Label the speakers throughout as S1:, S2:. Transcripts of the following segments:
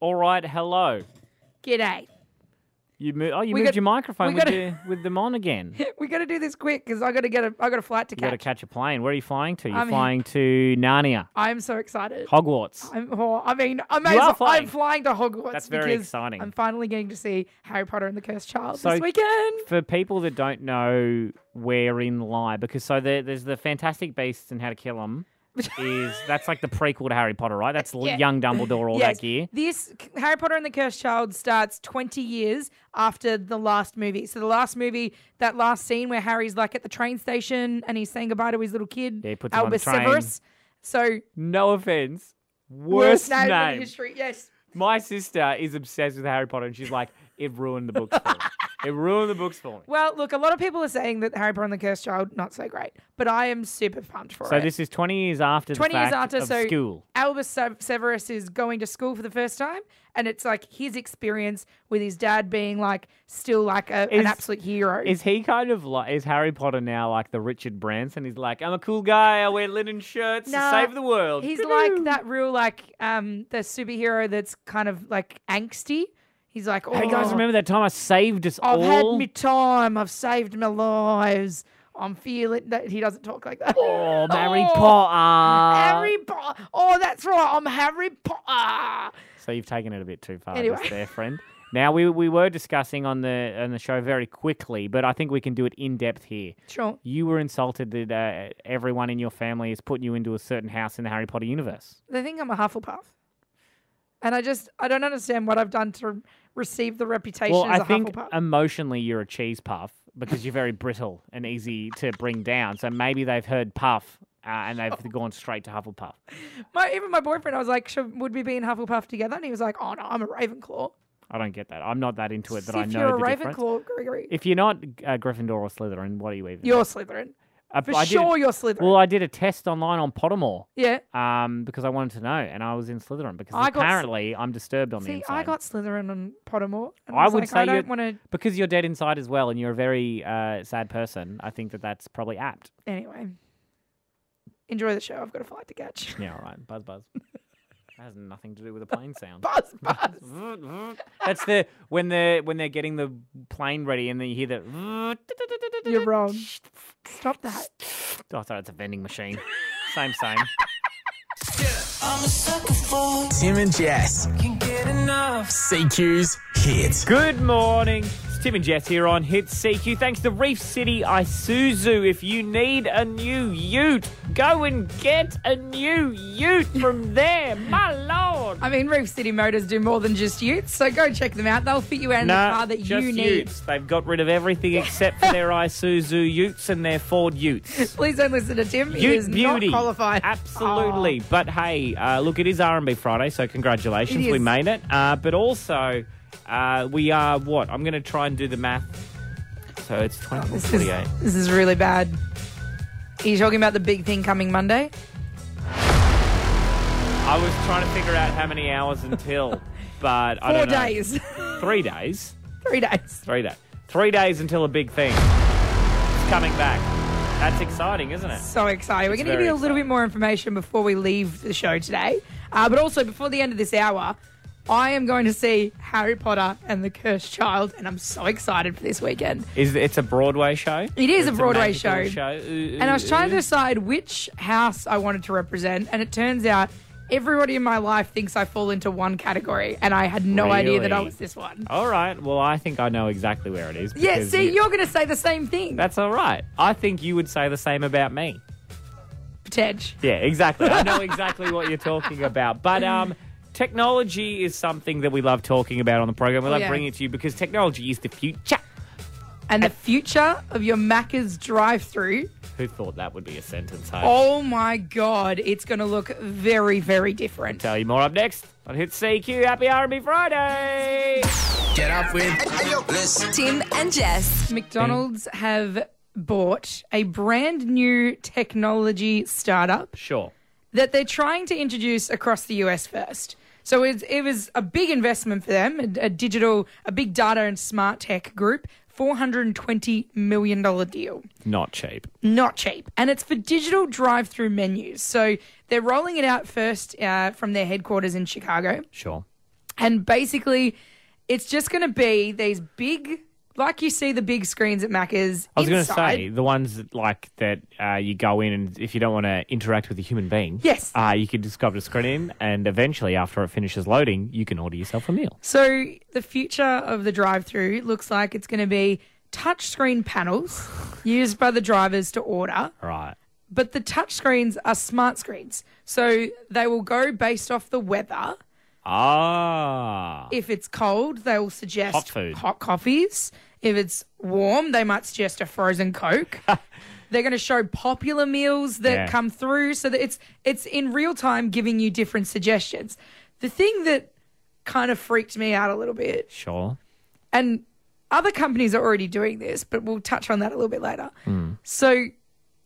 S1: All right, hello.
S2: G'day.
S1: You mo- oh, you
S2: We
S1: moved
S2: got-
S1: your microphone
S2: we
S1: with,
S2: gotta-
S1: you, with them on again. You
S2: We got to do this quick because I got to get a I got a flight to
S1: got
S2: catch.
S1: to catch a plane. Where are you flying to? You're
S2: I'm-
S1: flying to Narnia,
S2: I'm so excited.
S1: Hogwarts.
S2: I'm, oh, I mean, I may
S1: You
S2: as
S1: are
S2: well,
S1: flying.
S2: I'm flying to Hogwarts.
S1: That's very
S2: because
S1: exciting.
S2: I'm finally getting to see Harry Potter and the Cursed Child
S1: So-
S2: this weekend.
S1: For people that don't know wherein lie, because so there, there's the Fantastic Beasts and How to Kill Them. is that's like the prequel to Harry Potter, right? That's l
S2: Yeah.
S1: young Dumbledore all
S2: yes,
S1: that year.
S2: this c- Harry Potter and the Cursed Child starts 20 years after the last movie. So the last movie, that last scene where Harry's like at the train station and he's saying goodbye to his little kid,
S1: Yeah, he puts him on the
S2: Albus
S1: train.
S2: Severus. So
S1: No offense,
S2: worst
S1: worst,
S2: name, in
S1: name.
S2: history. Yes.
S1: My sister is obsessed with Harry Potter, and she's like, it ruined the books for me. It ruined the books for me.
S2: Well, look, a lot of people are saying that Harry Potter and the Cursed Child not so great, but I am super pumped for
S1: So
S2: it.
S1: this is 20 years after
S2: 20
S1: the
S2: years
S1: fact
S2: after,
S1: of
S2: so
S1: school.
S2: Albus Se- Severus is going to school for the first time, and it's like his experience with his dad being like still like a,
S1: Is-
S2: an absolute hero.
S1: Is he kind of like is Harry Potter now like the Richard Branson? He's like, I'm a cool guy. I wear linen shirts to
S2: Nah,
S1: save the world.
S2: He's
S1: Doo-doo.
S2: like that real like um the superhero that's kind of like angsty. He's like, oh,
S1: Hey guys, remember that time I saved us
S2: I've
S1: all?
S2: had me time. I've saved my lives. I'm feeling that he doesn't talk like that.
S1: Oh, Harry
S2: Oh,
S1: Potter.
S2: Harry Potter. Oh, that's right. I'm Harry ah. Potter.
S1: So you've taken it a bit too far
S2: Anyway.
S1: just there, friend. Now we we were discussing on the on the show very quickly, but I think we can do it in depth here.
S2: Sure.
S1: You were insulted that uh, everyone in your family is putting you into a certain house in the Harry Potter universe.
S2: They think I'm a Hufflepuff, and I just I don't understand what I've done to receive the reputation
S1: Well,
S2: as
S1: I
S2: a
S1: think uh,
S2: Hufflepuff.
S1: emotionally you're a cheese puff because you're very brittle and easy to bring down. So maybe they've heard puff uh, and
S2: Oh.
S1: they've gone straight to Hufflepuff.
S2: my even my boyfriend, I was like, should, would we be in Hufflepuff together? And he was like, oh no, I'm a Ravenclaw.
S1: I don't get that. I'm not that into it, but
S2: See
S1: I
S2: if
S1: know
S2: you're a
S1: the
S2: Ravenclaw,
S1: difference.
S2: Gregory.
S1: If you're not uh, Gryffindor or Slytherin, what are you even?
S2: You're Slytherin.
S1: I-
S2: For
S1: I did-
S2: sure, you're Slytherin.
S1: Well, I did a test online on Pottermore.
S2: yeah.
S1: um, because I wanted to know, and I was in Slytherin because
S2: I got s-
S1: apparently I'm disturbed on the
S2: See,
S1: inside.
S2: I got Slytherin on Pottermore. And
S1: I
S2: I was
S1: would
S2: like,
S1: say
S2: I
S1: you're-
S2: don't want to.
S1: because you're dead inside as well, and you're a very uh, sad person. I think that that's probably apt.
S2: Anyway, enjoy the show. I've got a flight to catch.
S1: Yeah, all right. Buzz, buzz. that has nothing to do with a plane sound.
S2: buzz, buzz.
S1: that's the when they're when they're getting the plane ready, and then you hear the.
S2: you're wrong. Stop that.
S1: Oh, sorry, it's a vending machine. Same, same.
S3: Tim and Jess. CQ's hit.
S1: Good morning. It's Tim and Jess here on Hit CQ. Thanks to Reef City Isuzu. If you need a new ute, go and get a new ute from there. My lord.
S2: I mean, Reef City Motors do more than just utes, so go check them out. They'll fit you out in the car that
S1: just
S2: you need.
S1: utes. They've got rid of everything except for their Isuzu utes and their Ford utes.
S2: Please don't listen to Tim. he is
S1: Ute beauty,
S2: not Oh. qualified.
S1: absolutely. But hey, uh, look, it is R and B Friday, so congratulations,
S2: It
S1: we
S2: is.
S1: made it. Uh, but also, uh, we are what? I'm going to try and do the math. So it's twenty-four
S2: Oh, This is,
S1: forty-eight.
S2: this is really bad. Are you talking about the big thing coming Monday?
S1: I was trying to figure out how many hours until, but I
S2: Four
S1: don't know.
S2: days.
S1: Three days.
S2: Three days.
S1: Three days. Three days until a big thing is coming back. That's exciting, isn't it?
S2: So excited. We're going to give
S1: very
S2: you a little
S1: exciting.
S2: bit more information before we leave the show today. Uh, but also, before the end of this hour, I am going to see Harry Potter and the Cursed Child, and I'm so excited for this weekend.
S1: Is it's a Broadway show?
S2: It is a
S1: It's
S2: Broadway
S1: magical
S2: show.
S1: Ooh,
S2: And I was
S1: ooh,
S2: trying to
S1: ooh.
S2: decide which house I wanted to represent, and it turns out everybody in my life thinks I fall into one category, and I had no idea that I
S1: Really?
S2: was this one.
S1: All right. Well, I think I know exactly where it is.
S2: Yeah,
S1: because
S2: see,
S1: you-
S2: you're going to say the same thing,
S1: That's all right. I think you would say the same about me.
S2: Tej.
S1: Yeah, exactly. I know exactly what you're talking about. But um, technology is something that we love talking about on the program. We love
S2: yeah.
S1: bringing it to you because technology is the future.
S2: And the future of your Macca's drive through,
S1: Who thought that would be a sentence? Hey?
S2: oh my God, it's going to look very, very different.
S1: Tell you more up next on Hit CQ. Happy R&B Friday.
S3: Get up with
S4: Tim and Jess.
S2: McDonald's have bought a brand new technology startup
S1: Sure.
S2: that they're trying to introduce across the US first. So it's, it was a big investment for them, a, a digital, a big data and smart tech group, $420 million deal.
S1: Not cheap.
S2: Not cheap. And it's for digital drive through menus. So they're rolling it out first uh, from their headquarters in Chicago
S1: Sure.
S2: And basically, it's just going to be these big, like you see the big screens at Macca's.
S1: I was going to
S2: inside.
S1: say the ones that, like that uh, you go in and if you don't want to interact with a human being,
S2: Yes.
S1: uh, you can discover the screen and eventually after it finishes loading, you can order yourself a meal.
S2: So the future of the drive-through looks like it's going to be touchscreen panels used by the drivers to order,
S1: All right.
S2: but the touchscreens are smart screens. So they will go based off the weather.
S1: Ah,
S2: If it's cold, they will suggest
S1: Hot food.
S2: hot coffees. If it's warm, they might suggest a frozen Coke. They're going to show popular meals that
S1: Yeah.
S2: come through so that it's it's in real time giving you different suggestions. The thing that kind of freaked me out a little bit
S1: sure.
S2: and other companies are already doing this, but we'll touch on that a little bit later. So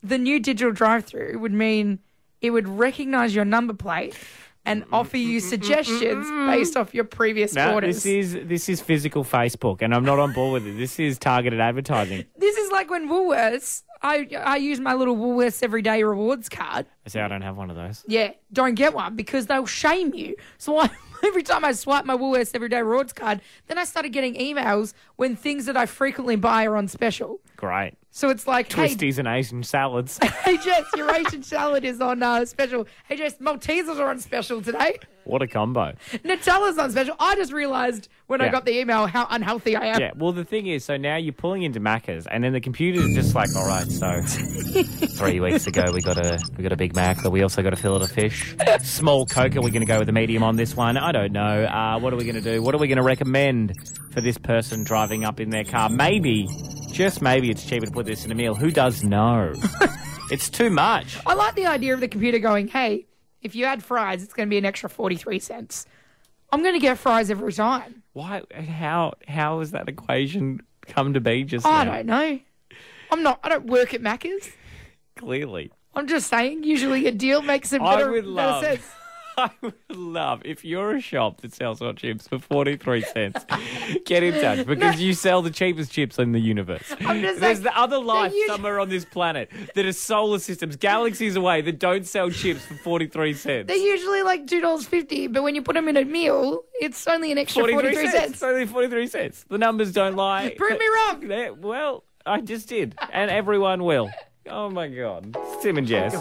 S2: the new digital drive-through would mean it would recognize your number plate and offer you suggestions based off your previous
S1: No,
S2: orders.
S1: this is this is physical Facebook, and I'm not on board with it. This is targeted advertising.
S2: This is like when Woolworths. I I use my little Woolworths everyday rewards card.
S1: I say I don't have one of those.
S2: Yeah, don't get one because they'll shame you. So I, every time I swipe my Woolworths everyday rewards card, then I started getting emails when things that I frequently buy are on special.
S1: Great
S2: So it's like, hey,
S1: twisties and Asian salads.
S2: Hey Jess, your Asian salad is on uh, special. Hey Jess, Maltesers are on special today.
S1: what a combo!
S2: Nutella's on special. I just realised when I
S1: Yeah.
S2: got the email how unhealthy I am.
S1: Yeah. Well, the thing is, so now you're pulling into Macca's, and then the computer's just like, all right, so three weeks ago we got a we got a Big Mac, but we also got a fillet of fish, small Coke. Are we going to go with the medium on this one? I don't know. Uh, what are we going to do? What are we going to recommend for this person driving up in their car? Maybe, just maybe, it's cheaper to put this in a meal. Who does know? it's too much.
S2: I like the idea of the computer going, hey, if you add fries, it's going to be an extra 43 cents. I'm going to get fries every time.
S1: Why? How? How has that equation come to be? Just
S2: I
S1: now?
S2: don't know. I'm not, I don't work at Macca's.
S1: Clearly,
S2: I'm just saying, usually a deal makes it
S1: I
S2: better,
S1: would
S2: better
S1: love-
S2: sense.
S1: I would love if you're a shop that sells hot chips for forty three cents. Get in touch because you sell the cheapest chips in the universe.
S2: I'm just
S1: There's
S2: saying,
S1: the other life
S2: usu-
S1: somewhere on this planet that is solar systems, galaxies away that don't sell chips for forty three cents.
S2: They're usually like $2.50, but when you put them in a meal, it's only an extra 43, cents.
S1: It's Only forty three cents. The numbers don't lie.
S2: Prove me wrong.
S1: Yeah, well, I just did, and everyone will. Oh my God, Tim and Jess.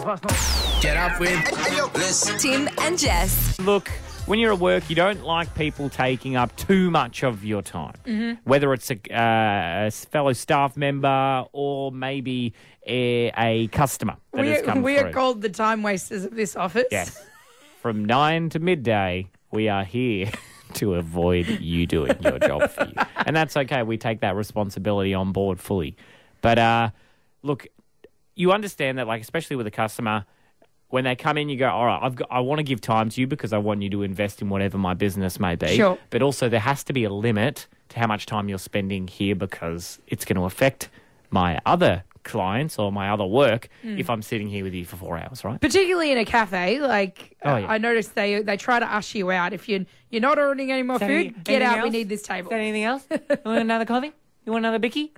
S3: Get up with this.
S4: Tim and Jess.
S1: Look, when you're at work, you don't like people taking up too much of your time.
S2: Mm-hmm.
S1: Whether it's a, uh, a fellow staff member or maybe a, a customer that
S2: we
S1: has come
S2: we
S1: through.
S2: are called the time wasters of this office.
S1: Yes. From nine to midday, we are here to avoid you doing your job for you. And that's okay. We take that responsibility on board fully. But uh, look, you understand that, like, especially with a customer, when they come in, you go, all right, I've got, I want to give time to you because I want you to invest in whatever my business may be.
S2: Sure.
S1: But also, there has to be a limit to how much time you're spending here because it's going to affect my other clients or my other work if I'm sitting here with you for four hours, right?
S2: Particularly in a cafe, like
S1: Oh,
S2: uh,
S1: yeah.
S2: I noticed they they try to usher you out. If you you're not ordering any more food,
S1: any-
S2: get
S1: anything
S2: out. We
S1: else?
S2: need this table.
S1: anything else? You want another coffee? You want another bicky?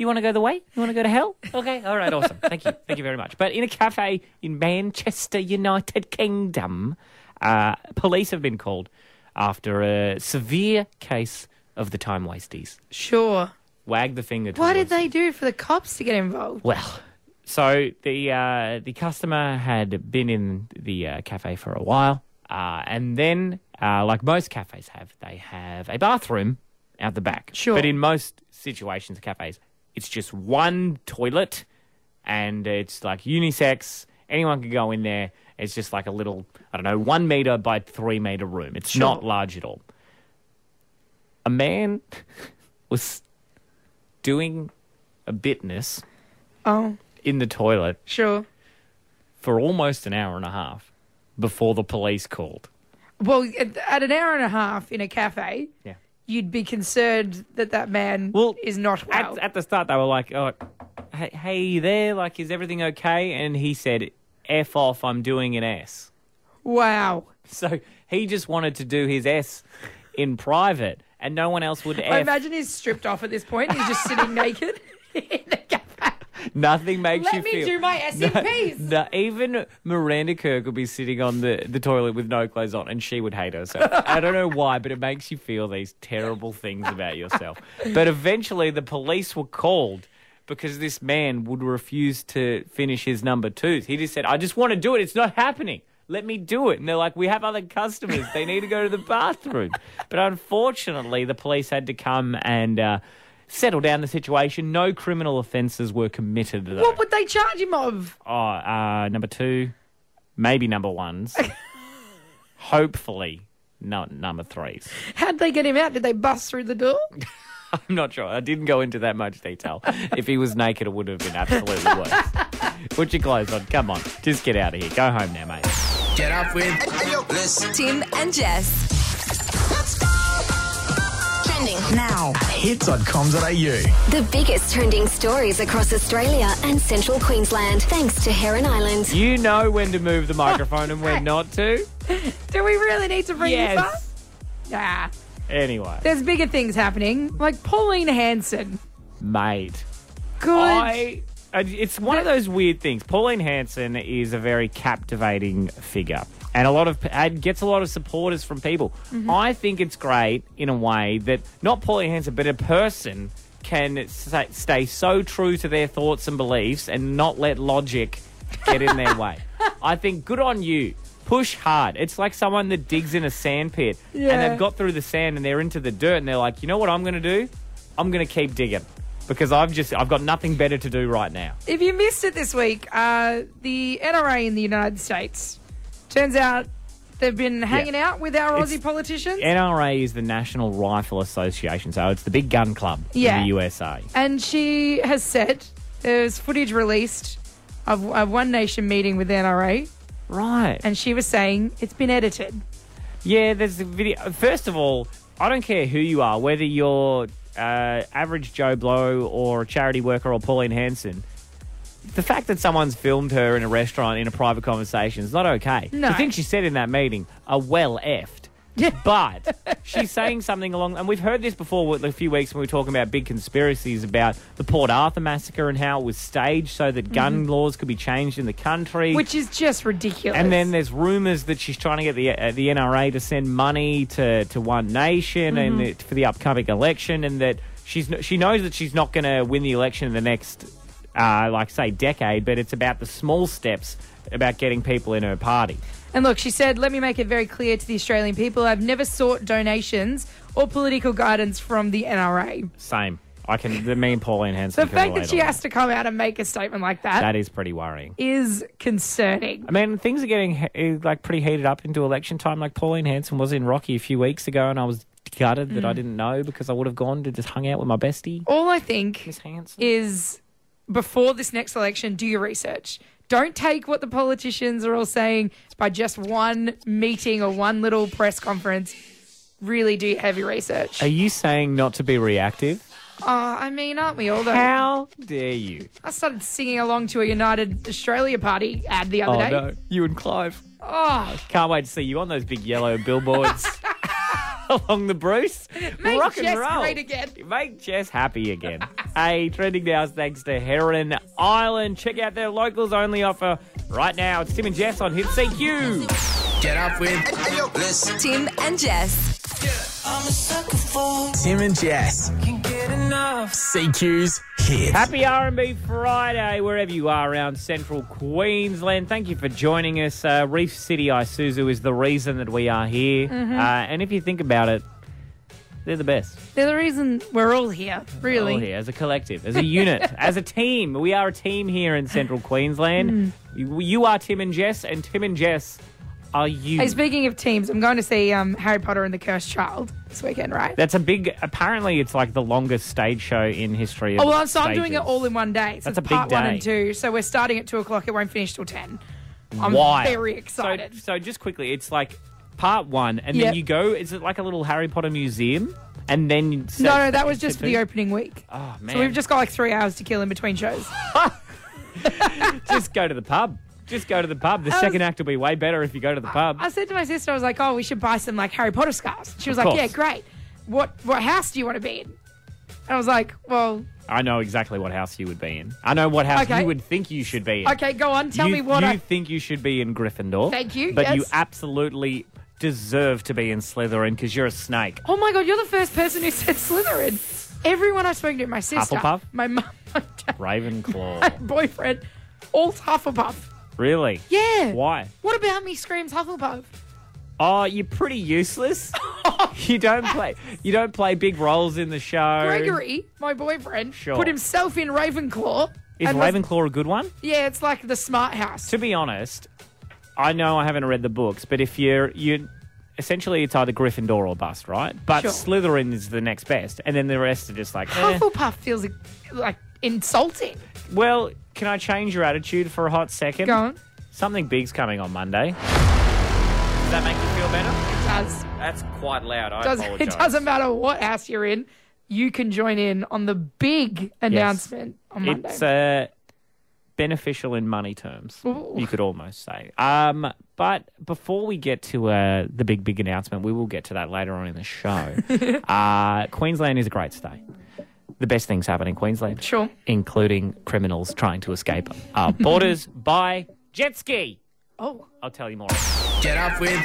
S1: You want to go the way? You want to go to hell? Okay, all right, awesome. Thank you. Thank you very much. But in a cafe in Manchester, United Kingdom, uh, police have been called after a severe case of the time wasties.
S2: Sure.
S1: Wag the finger.
S2: What
S1: towards-
S2: did they do for the cops to get involved?
S1: well, so the uh, the customer had been in the uh, cafe for a while, uh, and then, uh, like most cafes have, they have a bathroom out the back.
S2: Sure.
S1: But in most situations, cafes, it's just one toilet, and it's like unisex. Anyone can go in there. It's just like a little, I don't know, one meter by three meter room. It's not large at all. A man was doing a bitness
S2: Oh,
S1: in the toilet
S2: sure.
S1: for almost an hour and a half before the police called.
S2: Well, at, at an hour and a half in a cafe,
S1: Yeah.
S2: you'd be concerned that that man
S1: Well,
S2: is not well.
S1: At, at the start, they were like, "Oh, hey, hey there, like, is everything okay?" And he said, "F off, I'm doing an S."
S2: wow.
S1: So he just wanted to do his S in private, and no one else would
S2: I
S1: F.
S2: imagine he's stripped off at this point. He's just sitting naked in the cafe.
S1: Nothing makes
S2: Let
S1: you
S2: me
S1: feel.
S2: do my SCPs.
S1: No, even Miranda Kerr would be sitting on the, the toilet with no clothes on and she would hate herself. I don't know why, but it makes you feel these terrible things about yourself. But eventually the police were called because this man would refuse to finish his number twos. He just said, I just want to do it. It's not happening. Let me do it. And they're like, we have other customers. They need to go to the bathroom. But unfortunately, the police had to come and uh, settle down the situation. No criminal offences were committed. Though.
S2: What would they charge him of?
S1: Oh, uh, number two, maybe number ones. Hopefully, not number threes.
S2: How'd they get him out? Did they bust through the door?
S1: I'm not sure. I didn't go into that much detail. if he was naked, it would have been absolutely worse. Put your clothes on. Come on. Just get out of here. Go home now, mate.
S3: Get up with Bliss.
S4: Tim and Jess.
S3: Hits.com.au.
S5: The biggest trending stories across Australia and central Queensland, thanks to Heron Island.
S1: You know when to move the microphone and when not to.
S2: Do we really need to bring this up?
S1: Yes.
S2: Nah.
S1: Anyway,
S2: There's bigger things happening, like Pauline Hanson.
S1: mate.
S2: Good.
S1: I. I- It's one of those weird things. Pauline Hanson is a very captivating figure, and a lot of and gets a lot of supporters from people. I think it's great in a way that not Pauline Hanson, but a person can sa stay so true to their thoughts and beliefs and not let logic get in their way. I think good on you. Push hard. It's like someone that digs in a sand pit and
S2: Yeah.
S1: they've got through the sand and they're into the dirt and they're like, you know what I'm going to do? I'm going to keep digging because I've just I've got nothing better to do right now.
S2: If you missed it this week, uh, the NRA in the United States turns out they've been hanging out with our
S1: It's-
S2: Aussie politicians,
S1: NRA is the National Rifle Association, so it's the big gun club
S2: Yeah.
S1: in the USA.
S2: and she has said there's footage released of a One Nation meeting with NRA,
S1: Right.
S2: and she was saying it's been edited.
S1: Yeah, there's a video. First of all, I don't care who you are, whether you're uh, average Joe Blow or a charity worker or Pauline Hanson. The fact that someone's filmed her in a restaurant in a private conversation is not okay.
S2: No.
S1: The things she said in that meeting are well effed. but she's saying something along, and we've heard this before with- a few weeks when we were talking about big conspiracies about the Port Arthur massacre and how it was staged so that gun laws could be changed in the country.
S2: Mm-hmm. Which is just ridiculous.
S1: And then there's rumours that she's trying to get the uh, the NRA to send money to, to One Nation
S2: Mm-hmm.
S1: and it, for the upcoming election, and that she's no- she knows that she's not going to win the election in the next, uh, like say, decade. But it's about the small steps about getting people in her party.
S2: And look, she said, let me make it very clear to the Australian people I've never sought donations or political guidance from the NRA.
S1: Same. I can. The mean Pauline Hanson.
S2: The fact that she has to come out and make a statement like that
S1: that is pretty worrying.
S2: is concerning.
S1: I mean, things are getting he- uh, like pretty heated up into election time. Like Pauline Hanson was in Rocky a few weeks ago, and I was gutted
S2: Mm.
S1: that I didn't know because I would have gone to just hung out with my bestie,
S2: All I think
S1: Miss Hanson.
S2: is before this next election, do your research. Don't take what the politicians are all saying by just one meeting or one little press conference. Really do your heavy research.
S1: Are you saying not to be reactive?
S2: Oh, I mean, aren't we all though?
S1: How dare you?
S2: I started singing along to a United Australia Party ad the other day.
S1: you and Clive.
S2: Oh,
S1: Oh, Can't wait to see you on those big yellow billboards along the Bruce.
S2: Make
S1: Rock
S2: Jess
S1: and roll.
S2: great again.
S1: Make Jess happy again. hey, trending now's thanks to Heron Island. Check out their locals only offer right now. It's Tim and Jess on Hit CQ.
S3: Get up with Bliss.
S4: Tim and Jess.
S3: Tim and Jess. Can get enough. CQ's Hit.
S1: Happy R&B Friday, wherever you are around central Queensland. Thank you for joining us. Uh, Reef City Isuzu is the reason that we are here.
S2: Mm-hmm.
S1: Uh, and if you think about it, they're the best.
S2: they're the reason we're all here, really.
S1: All here as a collective, as a unit, as a team. We are a team here in central Queensland.
S2: Mm.
S1: You, you are Tim and Jess, and Tim and Jess are you.
S2: Hey, speaking of teams, I'm going to see um, Harry Potter and the Cursed Child this weekend, right?
S1: That's a big, apparently, it's like the longest stage show in history. Of
S2: Oh well, so I'm doing it
S1: stages.
S2: all in one day. So
S1: That's
S2: it's
S1: a big
S2: part one
S1: day.
S2: and two. So we're starting at two o'clock. It won't finish till ten. I'm
S1: Why?
S2: very
S1: So-
S2: excited.
S1: So, just quickly, it's like part one, and then
S2: Yep.
S1: you go. Is it like a little Harry Potter museum? And then you
S2: no, no, that was just for the opening week.
S1: Oh man,
S2: So we've just got like three hours to kill in between shows.
S1: just go to the pub. Just go to the pub. The
S2: was-
S1: second act will be way better if you go to the pub.
S2: I said to my sister, I was like, "Oh, we should buy some like Harry Potter scarves." She was
S1: Of
S2: like,
S1: course.
S2: "Yeah, great. What what house do you want to be in?" And I was like, well,
S1: I know exactly what house you would be in. I know what house
S2: Okay.
S1: you would think you should be in.
S2: okay, go on, tell
S1: you,
S2: me what
S1: you
S2: I.
S1: think you should be in Gryffindor.
S2: Thank you,
S1: But you
S2: yes.
S1: absolutely deserve to be in Slytherin because you're a snake.
S2: Oh my god, you're the first person who said Slytherin. Everyone I've spoken to, my sister,
S1: Hufflepuff?
S2: my mum, my dad, my
S1: Ravenclaw.
S2: boyfriend, all Hufflepuff.
S1: really?
S2: Yeah.
S1: Why?
S2: What about me screams Hufflepuff?
S1: Oh, you're pretty useless. you don't play. You don't play big roles in the show.
S2: Gregory, my boyfriend,
S1: Sure.
S2: put himself in Ravenclaw.
S1: Is
S2: and was-
S1: Ravenclaw a good one?
S2: yeah, it's like the smart house.
S1: To be honest, I know I haven't read the books, but if you're you, essentially it's either Gryffindor or bust, right? But
S2: Sure.
S1: Slytherin is the next best, and then the rest are just like. eh.
S2: Hufflepuff feels like, like insulting.
S1: Well, can I change your attitude for a hot second?
S2: Go on.
S1: Something big's coming on Monday. Does that make you feel better?
S2: It does.
S1: That's quite loud. I
S2: does
S1: apologise.
S2: it doesn't matter what house you're in, you can join in on the big announcement on Monday.
S1: It's uh, beneficial in money terms.
S2: Ooh.
S1: You could almost say. Um, but before we get to uh, the big, big announcement, we will get to that later on in the show. uh, Queensland is a great state. The best things happen in Queensland,
S2: Sure.
S1: including criminals trying to escape our borders by jet ski.
S2: Oh,
S1: I'll tell you more.
S3: Get up with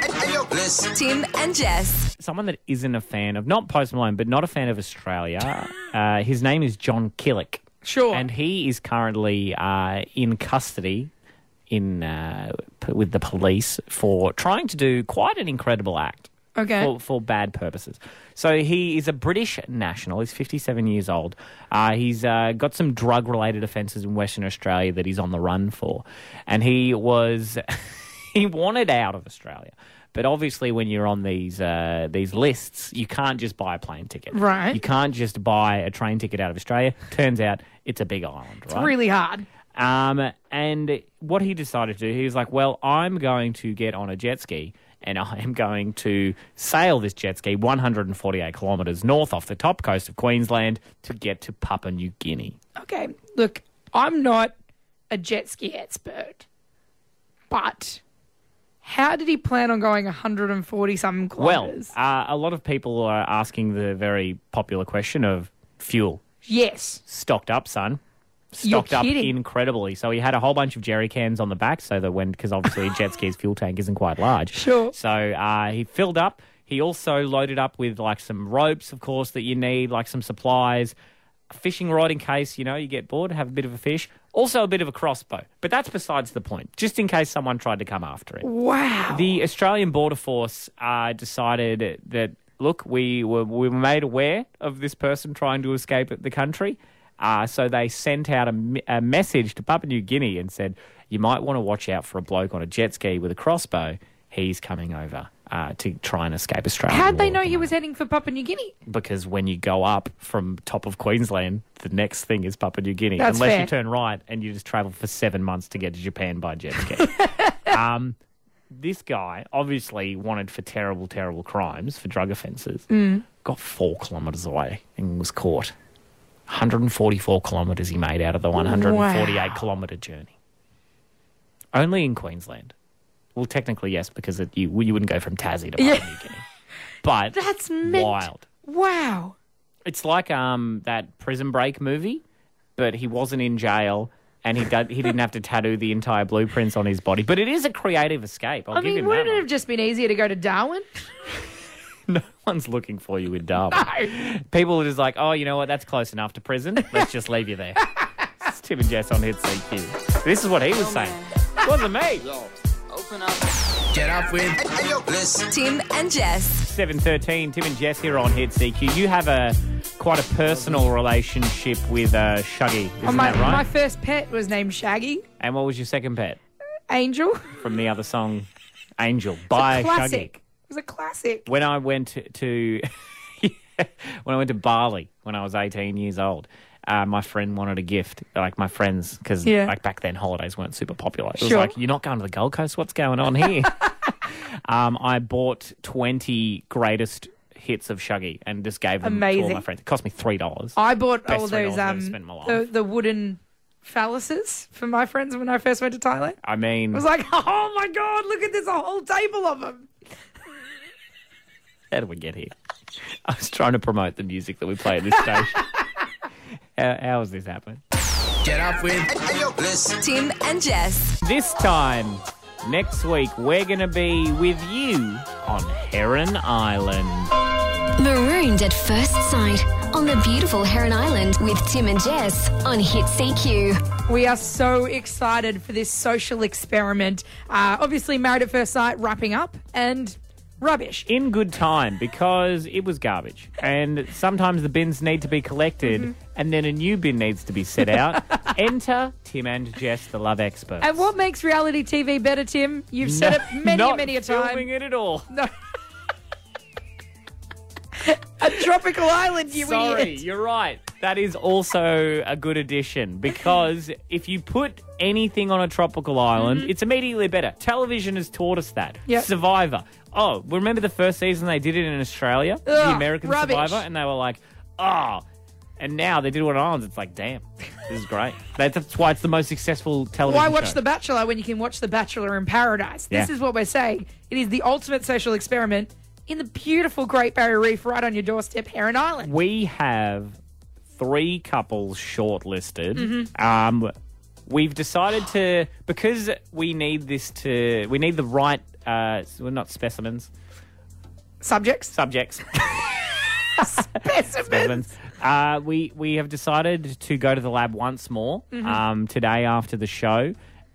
S4: Tim and Jess.
S1: someone that isn't a fan of not Post Malone, but not a fan of Australia. uh, his name is John Killick,
S2: sure.
S1: and he is currently uh, in custody in uh, p- with the police for trying to do quite an incredible act
S2: okay.
S1: for, for bad purposes. So he is a British national. He's 57 years old. Uh, he's uh, got some drug related offences in Western Australia that he's on the run for, and he was he wanted out of Australia. But obviously, when you're on these uh, these lists, you can't just buy a plane ticket.
S2: Right.
S1: You can't just buy a train ticket out of Australia. Turns out it's a big island. Right.
S2: Really hard.
S1: Um, and what he decided to do, he was like, well, I'm going to get on a jet ski and I am going to sail this jet ski 148 kilometres north off the top coast of Queensland to get to Papua New Guinea.
S2: Okay. Look, I'm not a jet ski expert, but how did he plan on going 140 something
S1: Well,
S2: kilometers?
S1: uh, a lot of people are asking the very popular question of fuel.
S2: yes.
S1: Stocked up, son.
S2: You're
S1: Stocked up
S2: kidding.
S1: incredibly. So he had a whole bunch of jerry cans on the back so that when, because obviously a jet ski's fuel tank isn't quite large.
S2: Sure.
S1: So uh, he filled up. He also loaded up with like some ropes, of course, that you need, like some supplies, a fishing rod in case you know you get bored, have a bit of a fish, also a bit of a crossbow. But that's besides the point. Just in case someone tried to come after him,
S2: Wow.
S1: the Australian Border Force uh, decided that look, we were we were made aware of this person trying to escape the country. Uh, so they sent out a, me- a message to Papua New Guinea and said, "You might want to watch out for a bloke on a jet ski with a crossbow. He's coming over uh, to try and escape Australia."
S2: How'd they know he was heading for Papua New Guinea?
S1: Because when you go up from top of Queensland, the next thing is Papua New Guinea,
S2: That's
S1: unless
S2: fair.
S1: you turn right and you just travel for seven months to get to Japan by jet ski. um, this guy obviously wanted for terrible, terrible crimes for drug offences.
S2: Mm.
S1: Got four kilometres away and was caught. 144 kilometres he made out of the 148 kilometre journey. Only in Queensland. Well, technically yes, because it, you you wouldn't go from Tassie to Papua New Guinea. But
S2: That's mint.
S1: wild.
S2: Wow.
S1: It's like um that Prison Break movie, but he wasn't in jail and he did, he didn't have to tattoo the entire blueprints on his body. But it is a creative escape. I'll
S2: I
S1: give
S2: mean,
S1: him that.
S2: wouldn't it have just been easier to go to Darwin?
S1: one. No one's looking for you in Darwin. People are just like, oh, you know what? That's close enough to prison. Let's just leave you there. it's Tim and Jess on Hit CQ. This is what he
S2: Oh,
S1: was saying. It wasn't me.
S3: Get up with
S4: Tim and Jess.
S1: 713, Tim and Jess here on Hit CQ. You have a quite a personal relationship with uh, Shuggy, isn't
S2: Oh, my,
S1: that right?
S2: my first pet was named Shaggy
S1: and what was your second pet?
S2: Angel.
S1: from the other song, Angel by
S2: classic.
S1: Shaggy.
S2: It was a classic.
S1: When I went to, to when I went to Bali when I was 18 years old, uh, my friend wanted a gift, like my friends, because
S2: Yeah.
S1: like back then holidays weren't super popular. It
S2: Sure.
S1: was like you're not going to the Gold Coast. What's going on here? um, I bought 20 greatest hits of Shuggy and just gave them to all
S2: Amazing. Oh.
S1: my friends. It cost me three dollars.
S2: I bought
S1: Best
S2: all
S1: three
S2: those
S1: dollars I've ever
S2: um
S1: spent in my
S2: the,
S1: life.
S2: the wooden phalluses for my friends when I first went to Thailand.
S1: I mean,
S2: I was like, oh my god, look at this, a whole table of them.
S1: How did we get here? I was trying to promote the music that we play at this station. How, how has this happened?
S3: Get up with
S4: Bliss, Tim and Jess.
S1: This time next week, we're going to be with you on Heron Island.
S5: Marooned at first sight on the beautiful Heron Island with Tim and Jess on Hit CQ.
S2: We are so excited for this social experiment. Uh, obviously, Married at First Sight wrapping up and rubbish.
S1: in good time because it was garbage. And sometimes the bins need to be collected
S2: Mm-hmm.
S1: and then a new bin needs to be set out. Enter Tim and Jess, the love expert.
S2: And what makes reality TV better, Tim? You've said it many,
S1: Not
S2: many a
S1: filming
S2: time.
S1: it at all.
S2: A tropical island, you
S1: Sorry,
S2: idiot.
S1: you're right. That is also a good addition because if you put anything on a tropical island, it's immediately better. Television has taught us that.
S2: Mm-hmm. Yep.
S1: Survivor. Oh, remember the first season they did it in Australia? the
S2: Ugh,
S1: American
S2: rubbish.
S1: Survivor? And they were like, oh. And now they do it on islands. It's like, damn, this is great. That's- That's why it's the most successful television
S2: Why watch
S1: show.
S2: The Bachelor when you can watch The Bachelor in Paradise? This
S1: Yeah.
S2: is what we're saying. It is the ultimate social experiment in the beautiful Great Barrier Reef right on your doorstep, Heron Island.
S1: We have three couples shortlisted.
S2: Mm-hmm.
S1: Um, we've decided to because we need this to we need the right. Uh, s- well, not specimens,
S2: Subjects?
S1: subjects.
S2: Specimens.
S1: specimens. Uh, we we have decided to go to the lab once more
S2: Mm-hmm.
S1: um, today after the show,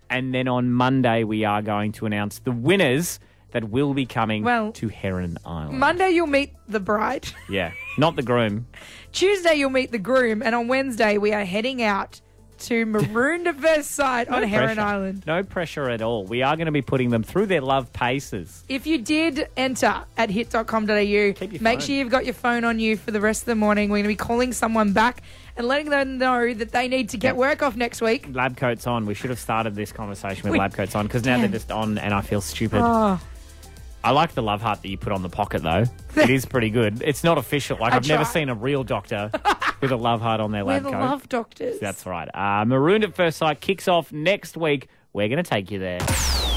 S1: and then on Monday we are going to announce the winners that will be coming
S2: Well-
S1: to Heron Island.
S2: Monday, you'll meet the bride.
S1: yeah, not the groom.
S2: Tuesday, you'll meet the groom. And on Wednesday, we are heading out to Maroon to First Sight on Heron
S1: Pressure.
S2: Island.
S1: No pressure at all. We are going to be putting them through their love paces.
S2: If you did enter at hit.com.au,
S1: your
S2: make
S1: phone.
S2: sure you've got your phone on you for the rest of the morning. We're going to be calling someone back and letting them know that they need to get work off next week.
S1: lab coats on. We should have started this conversation with
S2: We-
S1: lab coats on because now they're
S2: Damn.
S1: just on, and I feel stupid.
S2: Oh,
S1: I like the love heart that you put on the pocket though. it is pretty good. It's not official. Like
S2: I
S1: I've never
S2: try.
S1: seen a real doctor with a love heart on their
S2: we're
S1: lab
S2: the
S1: coat.
S2: love doctors.
S1: That's right. Uh, Marooned at First Sight kicks off next week. We're going to take you there.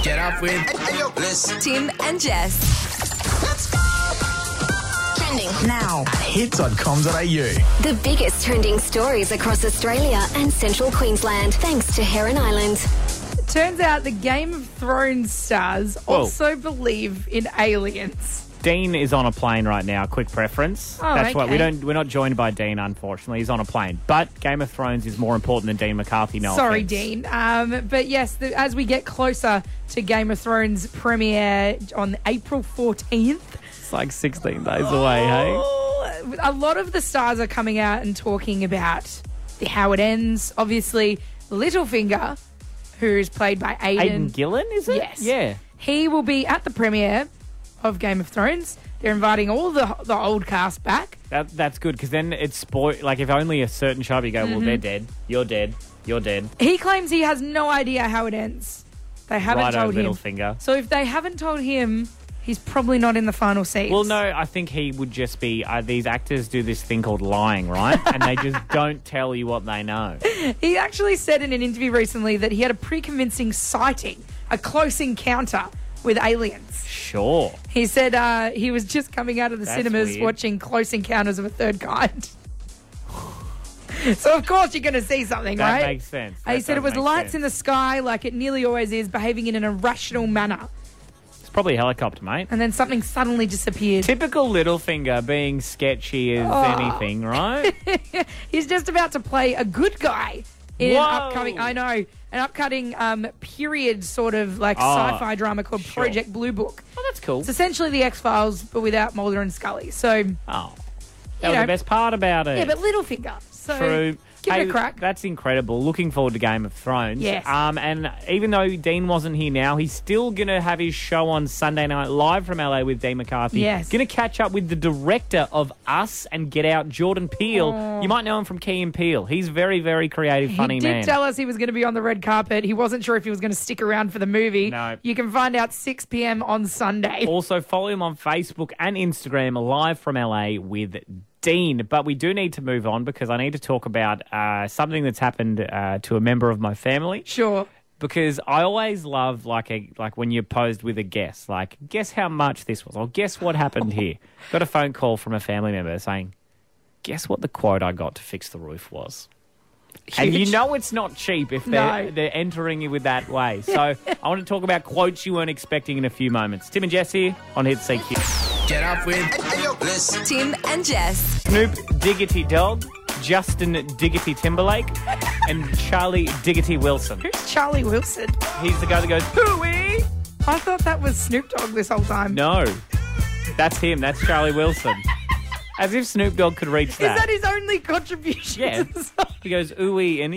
S3: Get up with
S4: Bliss, Tim and Jess.
S5: Trending.
S3: now at hit.com.au.
S5: The biggest trending stories across Australia and central Queensland thanks to Heron Island.
S2: Turns out the Game of Thrones stars also believe in aliens.
S1: Dean is on a plane right now. Quick preference.
S2: Oh,
S1: That's why we
S2: okay.
S1: don't. We're not joined by Dean, unfortunately. He's on a plane. But Game of Thrones is more important than Dean McCarthy. No,
S2: Sorry,
S1: offense.
S2: Dean. Um, but yes, the, as we get closer to Game of Thrones premiere on April 14th,
S1: It's like 16 days away. Hey.
S2: Oh. a lot of the stars are coming out and talking about the, how it ends. Obviously, Littlefinger, who is played by
S1: Aidan
S2: Aiden,
S1: Gillen, is it?
S2: Yes.
S1: Yeah.
S2: he will be at the premiere of Game of Thrones. They're inviting all the, the old cast back.
S1: That that's good because then it's spoil. Like if only a certain tribe you go, well, they're
S2: Mm-hmm.
S1: dead. You're dead. You're dead.
S2: He claims he has no idea how it ends. They haven't
S1: Righto,
S2: told
S1: middle
S2: him.
S1: finger.
S2: So if they haven't told him, he's probably not in the final seats.
S1: Well, no, I think he would just be. Uh, these actors do this thing called lying, right? and they just don't tell you what they know.
S2: He actually said in an interview recently that he had a pretty convincing sighting, a close encounter with aliens.
S1: Sure.
S2: He said uh, he was just coming out of the
S1: That's
S2: cinemas
S1: weird.
S2: watching Close Encounters of a Third Kind. so, of course, you're going to see something,
S1: That
S2: right?
S1: makes sense.
S2: he said it was lights in the sky, like it nearly always is, behaving in an irrational manner.
S1: It's probably a helicopter, mate.
S2: And then something suddenly disappeared.
S1: Typical Littlefinger being sketchy as
S2: Oh.
S1: anything, right?
S2: He's just about to play a good guy in
S1: Whoa.
S2: an upcoming, I know, an upcoming um, period sort of like
S1: Ah,
S2: sci fi drama called
S1: sure.
S2: Project Blue Book.
S1: well, that's cool.
S2: It's essentially the X Files, but without Mulder and Scully. So,
S1: Oh,
S2: You
S1: that was
S2: know.
S1: the best part about it.
S2: yeah, but Littlefinger. So,
S1: True.
S2: give
S1: Hey,
S2: it a crack.
S1: That's incredible. Looking forward to Game of Thrones.
S2: Yes.
S1: Um, and even though Dean wasn't here now, he's still going to have his show on Sunday night live from LA with Dean McCarthy.
S2: Yes.
S1: Going to catch up with the director of Us and Get Out, Jordan Peele. You might know him from Key and Peele. He's very, very creative, funny
S2: Oh. he did
S1: man.
S2: tell us he was going to be on the red carpet. He wasn't sure if he was going to stick around for the movie.
S1: No.
S2: You can find out 6 p.m. on Sunday.
S1: also, follow him on Facebook and Instagram, live from LA with Dean. But we do need to move on because I need to talk about uh, something that's happened uh, to a member of my family.
S2: Sure.
S1: because I always love like a like when you're posed with a guess, like guess how much this was, or guess what happened here. Got a phone call from a family member saying, "Guess what the quote I got to fix the roof was." And you
S2: Huge.
S1: know it's not cheap if they're,
S2: No.
S1: they're entering you with that way. So I want to talk about quotes you weren't expecting in a few moments. Tim and Jesse on Hit CQ.
S3: Get up with Bliss.
S4: Tim and Jess.
S1: Snoop Diggity Dog, Justin Diggity Timberlake, and Charlie Diggity Wilson.
S2: Who's Charlie Wilson?
S1: He's the guy that goes, Hooey!
S2: I thought that was Snoop Dogg this whole time.
S1: No, that's him. That's Charlie Wilson. As if Snoop Dogg could reach
S2: Is that his only contribution?
S1: Yeah.
S2: to the song?
S1: He goes ooey and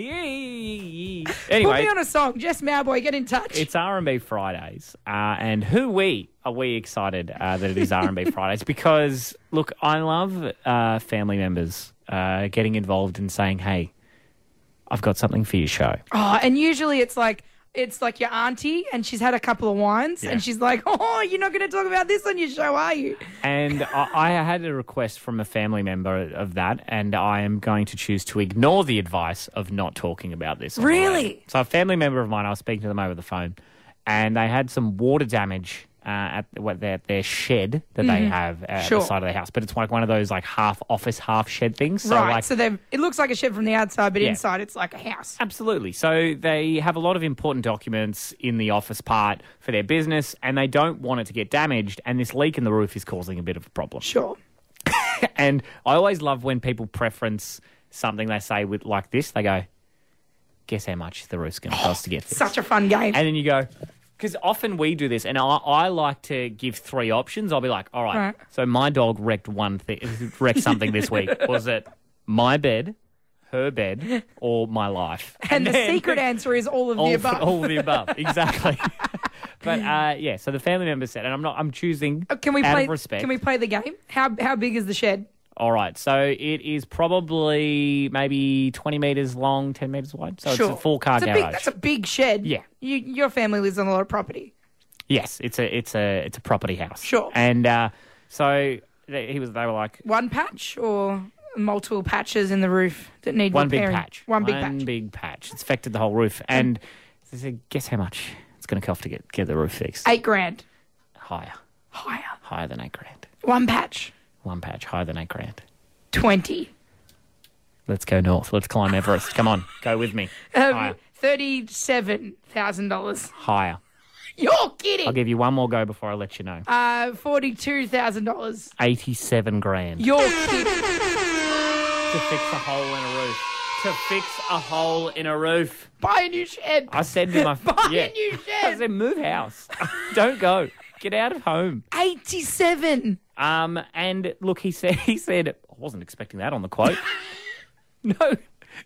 S1: yee.
S2: Put
S1: Anyway,
S2: me on a song, Jess Mowboy. Get in touch.
S1: it's R&B Fridays, uh, and who we are we excited uh, that it is R&B Fridays because look, I love uh, family members uh, getting involved and saying, "Hey, I've got something for your show."
S2: oh, and usually it's like it's like your auntie, and she's had a couple of wines,
S1: Yeah.
S2: and she's like, "Oh, you're not going to talk about this on your show, are you?"
S1: And I, I had a request from a family member of that, and I am going to choose to ignore the advice of not talking about this. on the
S2: Really?
S1: radio. So, a family member of mine, I was speaking to them over the phone, and they had some water damage uh, at what their, their shed that they have uh, at
S2: Mm-hmm. Sure.
S1: the side of their house. But it's like one of those like half office, half shed things. So
S2: right.
S1: like,
S2: so they it looks like a shed from the outside, but
S1: Yeah.
S2: inside it's like a house.
S1: Absolutely. So they have a lot of important documents in the office part for their business, and they don't want it to get damaged. And this leak in the roof is causing a bit of a problem.
S2: Sure.
S1: And I always love when people preference something they say with like this. They go, "Guess how much the roof's going to cost to get this?"
S2: Such a fun game.
S1: and then you go, because often we do this, and I, I like to give three options. I'll be like, "All right,
S2: All right.
S1: so my dog wrecked one thing, wrecked something this week. Was it my bed, her bed, or my life?"
S2: And, the secret answer is all of
S1: all,
S2: the
S1: f-
S2: above.
S1: all the above, exactly. but uh, yeah, so the family member said, and I'm not. I'm choosing.
S2: Uh, Oh, Can we
S1: out
S2: play?
S1: Of respect. Oh,
S2: Can we play the game? How how big is the shed?
S1: All right, so it is probably maybe 20 meters long, 10 meters wide. So it's a full car
S2: It's a
S1: garage.
S2: big- that's a big shed.
S1: Yeah.
S2: You, your family lives on a lot of property.
S1: yes, it's a it's a it's a property house.
S2: Sure.
S1: And uh, so they, he was. They were like
S2: One patch or multiple patches in the roof that need
S1: one big
S2: repairing?
S1: patch,
S2: One big patch.
S1: big patch. It's affected the whole roof. And they said, guess how much it's going to cost to get get the roof fixed?
S2: Eight grand.
S1: Higher,
S2: Higher.
S1: higher than eight grand.
S2: One patch.
S1: One patch higher than eight grand.
S2: Twenty.
S1: Let's go north. Let's climb Everest. Come on, go with me.
S2: Um,
S1: Higher.
S2: Thirty-seven thousand dollars.
S1: Higher.
S2: You're
S1: I'll
S2: kidding.
S1: give you one more go before I let you know.
S2: Uh, Forty-two thousand dollars.
S1: 87 grand.
S2: You're kidding.
S1: To fix a hole in a roof. To fix a hole in a roof.
S2: Buy a new shed.
S1: I said to my
S2: Buy
S1: yeah.
S2: a new
S1: I
S2: shed.
S1: said move house. Don't go. Get out of home.
S2: Eighty-seven.
S1: Um, and look, he said he said I wasn't expecting that on the quote. no.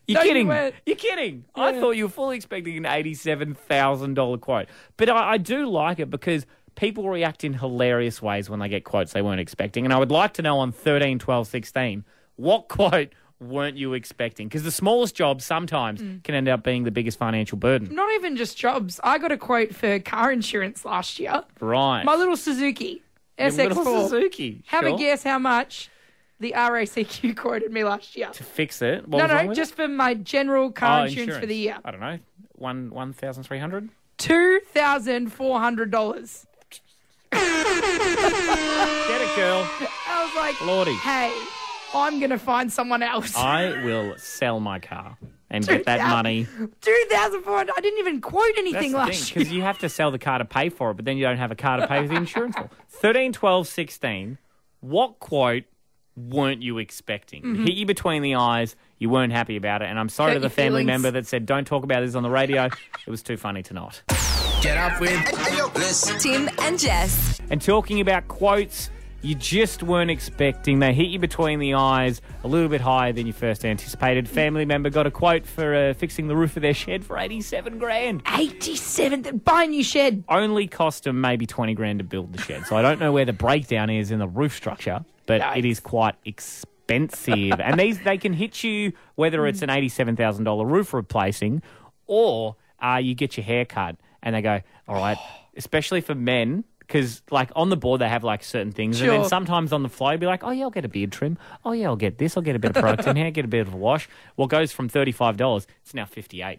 S1: You're
S2: No, you
S1: kidding.
S2: weren't.
S1: are kidding. I thought you were fully expecting an eighty-seven thousand dollar quote, but I, I do like it because people react in hilarious ways when they get quotes they weren't expecting. And I would like to know on 13, 12, 16, what quote weren't you expecting? Because the smallest job sometimes
S2: Mm.
S1: can end up being the biggest financial burden.
S2: Not even just jobs. I got a quote for car insurance last year.
S1: Right.
S2: My little Suzuki
S1: Your
S2: SX4.
S1: little Suzuki.
S2: Have
S1: Sure.
S2: a guess how much the RACQ quoted me last year.
S1: Fix it. What
S2: No,
S1: was wrong
S2: no,
S1: with
S2: just
S1: it?
S2: for my general car
S1: Oh,
S2: insurance, for the year.
S1: I don't know. One one thousand three hundred.
S2: Two thousand four hundred dollars.
S1: Get it, girl.
S2: I was like,
S1: Lordy. Ah.
S2: hey, I'm gonna find someone else.
S1: I will sell my car and get that
S2: 2,000.
S1: money.
S2: Two thousand four hundred. I didn't even quote
S1: That's the thing,
S2: anything last year.
S1: because you have to sell the car to pay for it, but then you don't have a car to pay for the insurance for. 13, 12, 16, what quote weren't you expecting? It Hit you between the eyes, you weren't happy about it, and I'm sorry
S2: Mm-hmm. Hurt
S1: to the
S2: your
S1: family
S2: feelings.
S1: member that said, don't talk about this on the radio. it was too funny to not.
S3: Get up with Bliss.
S4: Tim and Jess.
S1: and talking about quotes you just weren't expecting. They hit you between the eyes a little bit higher than you first anticipated. Family member got a quote for uh, fixing the roof of their shed for 87 grand.
S2: Eighty-seven. th- Buy a new shed.
S1: Only cost them maybe 20 grand to build the shed. So I don't know where the breakdown is in the roof structure, but it is quite expensive. and these they can hit you whether it's an $87,000 roof replacing or uh, you get your hair cut and they go, all right, especially for men. Because like on the board they have like certain things, and then
S2: Sure.
S1: sometimes on the fly you'll be like, oh yeah, I'll get a beard trim. Oh yeah, I'll get this. I'll get a bit of product in here. Get a bit of a wash. What goes from thirty five dollars, it's now fifty eight.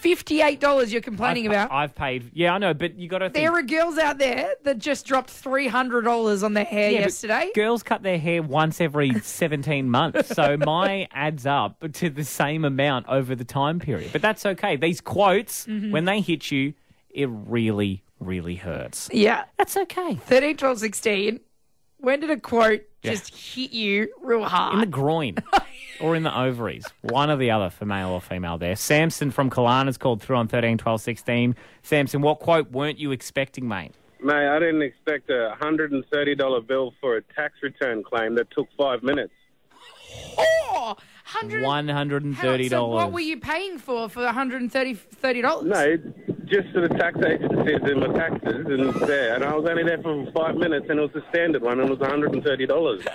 S2: $58 you're complaining
S1: I've,
S2: about.
S1: I've paid. Yeah, I know, but you got to think.
S2: there are girls out there that just dropped $300 on their hair
S1: Yeah, but
S2: yesterday.
S1: Girls cut their hair once every 17 months, so my adds up to the same amount over the time period. But that's okay. These quotes, when they hit you, it really, really hurts.
S2: yeah.
S1: That's okay.
S2: 13, 12, 16. When did a quote
S1: Yeah.
S2: just hit you real
S1: In the
S2: hard?
S1: groin or in the ovaries. One or the other for male or female there. Samson from Kalana's called through on 13, 12, 16. Samson, what quote weren't you expecting, mate?
S6: Mate, I didn't expect a $130 bill for a tax return claim that took five minutes.
S2: Oh, 100
S1: $130.
S2: So what were you paying for for $130?
S6: No, just to the tax agency and my taxes and there. And I was only there for five minutes and it was a standard one and it was $130.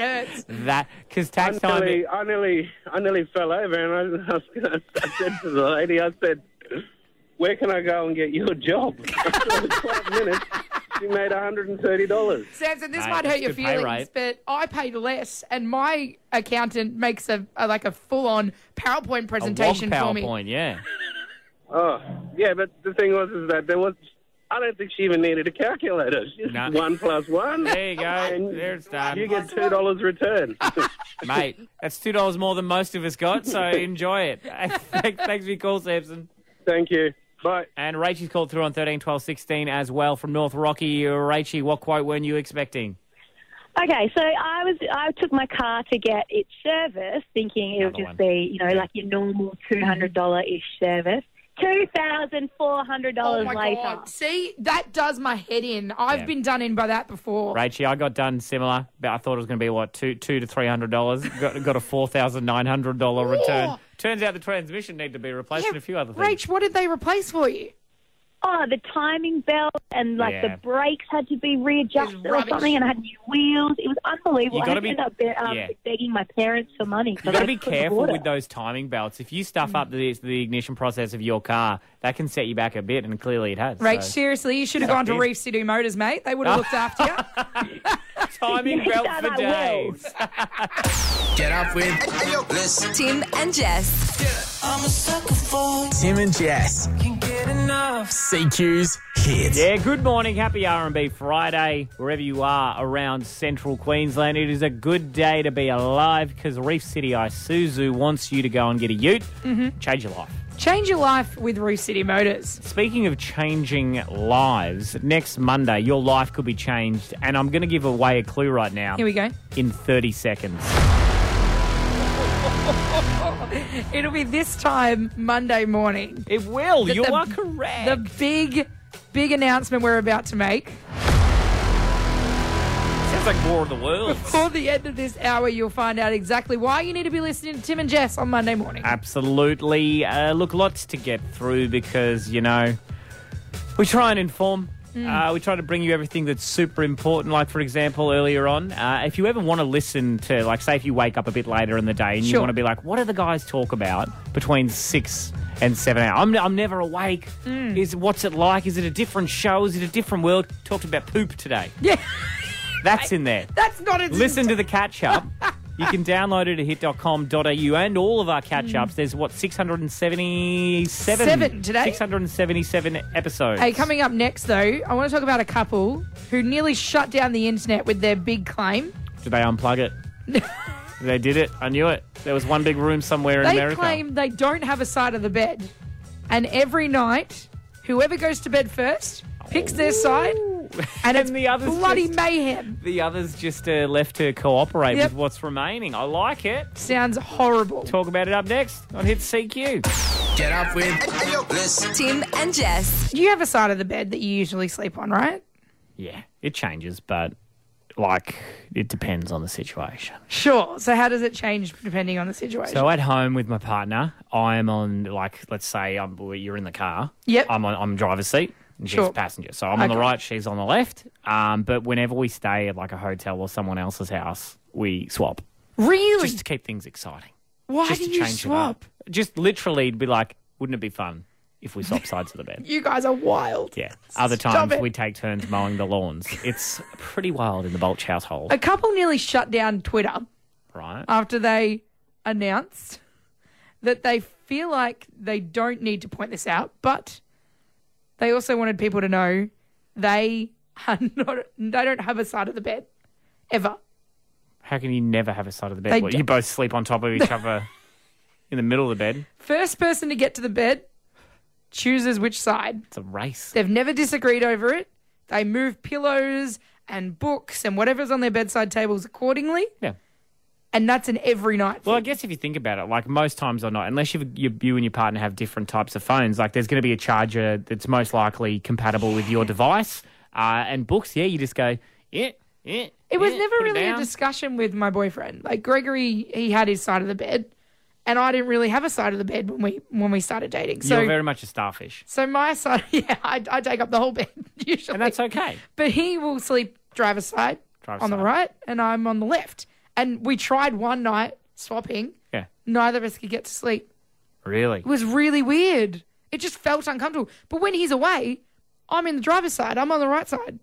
S2: hurts.
S1: That, because
S6: I
S1: tax time.
S6: nearly, I, nearly, I nearly fell over and I, I, was gonna, I said to the lady, I said, where can I go and get you a job? After five minutes, she made $130.
S2: Samson, this
S1: Mate,
S2: might hurt
S1: that's
S2: your
S1: good pay
S2: feelings,
S1: rate.
S2: but I paid less, and my accountant makes a, a like a full-on PowerPoint
S1: a wog
S2: presentation for me.
S1: PowerPoint, yeah.
S6: Oh, yeah, but the thing was is that there was. I don't think she even needed a calculator. She just
S1: No.
S6: one plus one.
S1: There you go.
S6: And
S1: There's done.
S6: You get two dollars return.
S1: Mate, that's two dollars more than most of us got, so enjoy it. Thanks thanks for your call, Samson.
S6: Thank you. Bye.
S1: And Rachel's called through on thirteen, twelve, sixteen as well from North Rocky. Rachie, what quote weren't you expecting?
S7: Okay, so I was I took my car to get it serviced, thinking it would
S1: Another
S7: just
S1: one. Mm-hmm.
S7: be you know like your normal two hundred dollar ish service. Two thousand four hundred
S2: Oh
S7: dollars
S2: my
S7: later.
S2: god! See, that does my head in. I've
S1: Yeah.
S2: been done in by that before.
S1: Rachie, I got done similar, but I thought it was going to be what two, two to three hundred dollars. Got, got a four thousand nine hundred dollar return.
S2: Oh.
S1: Turns out the transmission needed to be replaced and a few other things.
S2: Rach, what did they replace for you?
S7: Oh, the timing belt and like
S1: Yeah.
S7: the brakes had to be readjusted or
S2: rubbish.
S7: something, and I had new wheels. It was unbelievable.
S1: You
S7: I
S1: gotta
S7: had to
S1: be-
S7: end up be- um,
S1: yeah.
S7: begging my parents for money.
S1: You've got to be careful with those timing belts. If you stuff up the, the ignition process of your car, that can set you back a bit, and clearly it has.
S2: Rach,
S1: so. Ah.
S2: seriously, you should have gone to
S1: did.
S2: Reef City Motors, mate. They would have looked after you.
S1: timing
S7: Yes,
S1: belt
S7: I
S1: for
S7: will.
S1: days.
S3: Get up with this.
S4: Tim and Jess.
S3: I'm a sucker for Tim and Jess. Can get enough. CQ's hits.
S1: Yeah, good morning. Happy R&B Friday, wherever you are around central Queensland. It is a good day to be alive because Reef City Isuzu wants you to go and get a ute.
S2: Mm-hmm.
S1: Change your life.
S2: Change your life with Reef City Motors.
S1: Speaking of changing lives, next Monday, your life could be changed. And I'm going to give away a clue right now
S2: Here we go.
S1: in 30 seconds.
S2: It'll be this time Monday morning.
S1: It will. you
S2: the-
S1: are correct.
S2: The big, big announcement we're about to make.
S1: Sounds like War of the Worlds.
S2: Before the end of this hour, you'll find out exactly why you need to be listening to Tim and Jess on Monday morning.
S1: Absolutely. Uh, look, lots to get through because, you know, we try and inform. Uh, we try to bring you everything that's super important. Like, for example, earlier on, uh, if you ever want to listen to, like, say, if you wake up a bit later in the day and you
S2: Sure.
S1: want to be like, what do the guys talk about between six and seven hours? I'm, I'm never awake. Is What's it like? Is it a different show? Is it a different world? Talked about poop today.
S2: Yeah,
S1: That's in there.
S2: that's not it.
S1: Listen to the catch up. You can download it at hit.com.au and all of our catch ups. There's what, 677?
S2: Seven today.
S1: 677 episodes.
S2: Hey, coming up next though, I want to talk about a couple who nearly shut down the internet with their big claim.
S1: Did they unplug it? they did it. I knew it. There was one big room somewhere in
S2: They
S1: America.
S2: claim they don't have a side of the bed, and every night, whoever goes to bed first picks their side, and it's
S1: the others
S2: bloody
S1: just-
S2: mayhem.
S1: the others just uh, left to cooperate
S2: Yep.
S1: with what's remaining. I like it.
S2: Sounds horrible.
S1: Talk about it up next on Hit CQ.
S3: Get up with this.
S4: Tim and Jess.
S2: You have a side of the bed that you usually sleep on, right?
S1: Yeah, it changes, but like it depends on the situation.
S2: Sure. So how does it change depending on the situation?
S1: So at home with my partner, I'm on like let's say I'm well, you're in the car.
S2: Yep.
S1: I'm on I'm driver's seat. And she's
S2: Sure.
S1: passenger. So I'm on the
S2: Okay.
S1: right, she's on the left. Um, but whenever we stay at like a hotel or someone else's house, we swap
S2: really?
S1: just to keep things exciting.
S2: Why
S1: just
S2: do
S1: to
S2: you
S1: change
S2: swap?
S1: it up. Just literally it'd be like, wouldn't it be fun if we swapped sides of the bed?
S2: You guys are wild.
S1: Yeah. Other
S2: Stop
S1: times
S2: it.
S1: we take turns mowing the lawns. It's pretty wild in the Bulch household,
S2: A couple nearly shut down Twitter
S1: right?
S2: after they announced that they feel like they don't need to point this out, but they also wanted people to know they are not. They don't have a side of the bed ever.
S1: How can you never have a side of the bed?
S2: They
S1: What,
S2: do-
S1: you both sleep on top of each other in the middle of the bed.
S2: First person to get to the bed chooses which side.
S1: It's a race.
S2: They've never disagreed over it. They move pillows and books and whatever's on their bedside tables accordingly.
S1: Yeah.
S2: And that's an every night.
S1: Well, I guess if you think about it, like most times or not, unless you you, you and your partner have different types of phones, like there's going to be a charger that's most likely compatible with your device. Uh, and books, yeah, you just go, yeah, yeah.
S2: it was
S1: yeah,
S2: never
S1: put
S2: really a
S1: down.
S2: discussion with my boyfriend. Like Gregory, he had his side of the bed, and I didn't really have a side of the bed when we when we started dating. So
S1: You're very much a starfish,
S2: so my side, yeah, I, I take up the whole bed usually.
S1: and that's okay.
S2: But he will sleep driver's side
S1: Driver's
S2: on the
S1: side.
S2: right, and I'm on the left. And we tried one night swapping.
S1: Yeah,
S2: Neither of us could get to sleep.
S1: really.
S2: It was really weird. It just felt uncomfortable. But when he's away, I'm in the driver's side. I'm on the right side.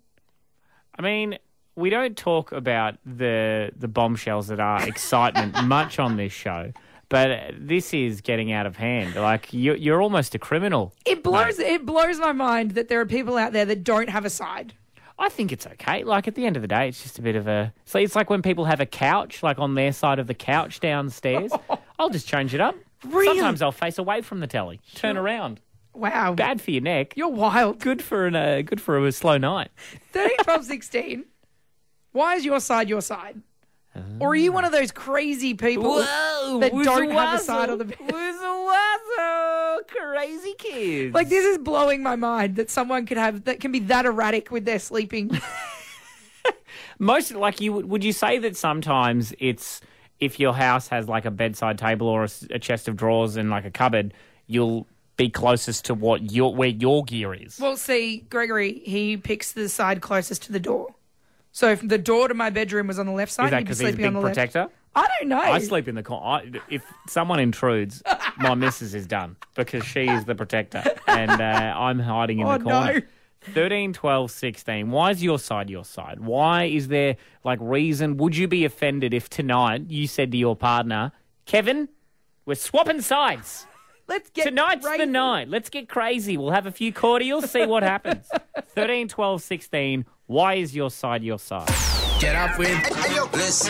S1: I mean, we don't talk about the the bombshells that are excitement much on this show, but uh, this is getting out of hand. Like you're, you're almost a criminal.
S2: It blows. It blows my mind that there are people out there that don't have a side.
S1: I think it's okay. Like at the end of the day, it's just a bit of a. So it's like when people have a couch, like on their side of the couch downstairs. I'll just change it up. Sometimes I'll face away from the telly, turn around.
S2: Wow.
S1: Bad for your neck.
S2: You're wild.
S1: good for an uh, good for a slow night.
S2: 13, 12, 16. Why is your side your side? Or are you one of those crazy people
S1: Oh,
S2: that don't have a side on the bed?
S1: crazy kids.
S2: Like this is blowing my mind that someone could have that can be that erratic with their sleeping.
S1: most like you would you say that sometimes it's if your house has like a bedside table or a, s- a chest of drawers and like a cupboard you'll be closest to what your where your gear is
S2: well, see, Gregory, he picks the side closest to the door. So if the door to my bedroom was on the left side,
S1: is that
S2: he'd be
S1: because he's a
S2: sleeping on
S1: big
S2: the left.
S1: protector
S2: I don't know.
S1: i sleep in the con- I, if someone intrudes my missus is done because she is the protector and uh, i'm hiding in
S2: Oh,
S1: the
S2: no.
S1: corner 13 12 16 why is your side your side why is there like reason would you be offended if tonight you said to your partner kevin we're swapping sides
S2: Let's get
S1: Tonight's the
S2: crazy.
S1: night. Let's get crazy. We'll have a few cordials, see what happens. 13, 12, 16. Why is your side your side?
S3: Get up with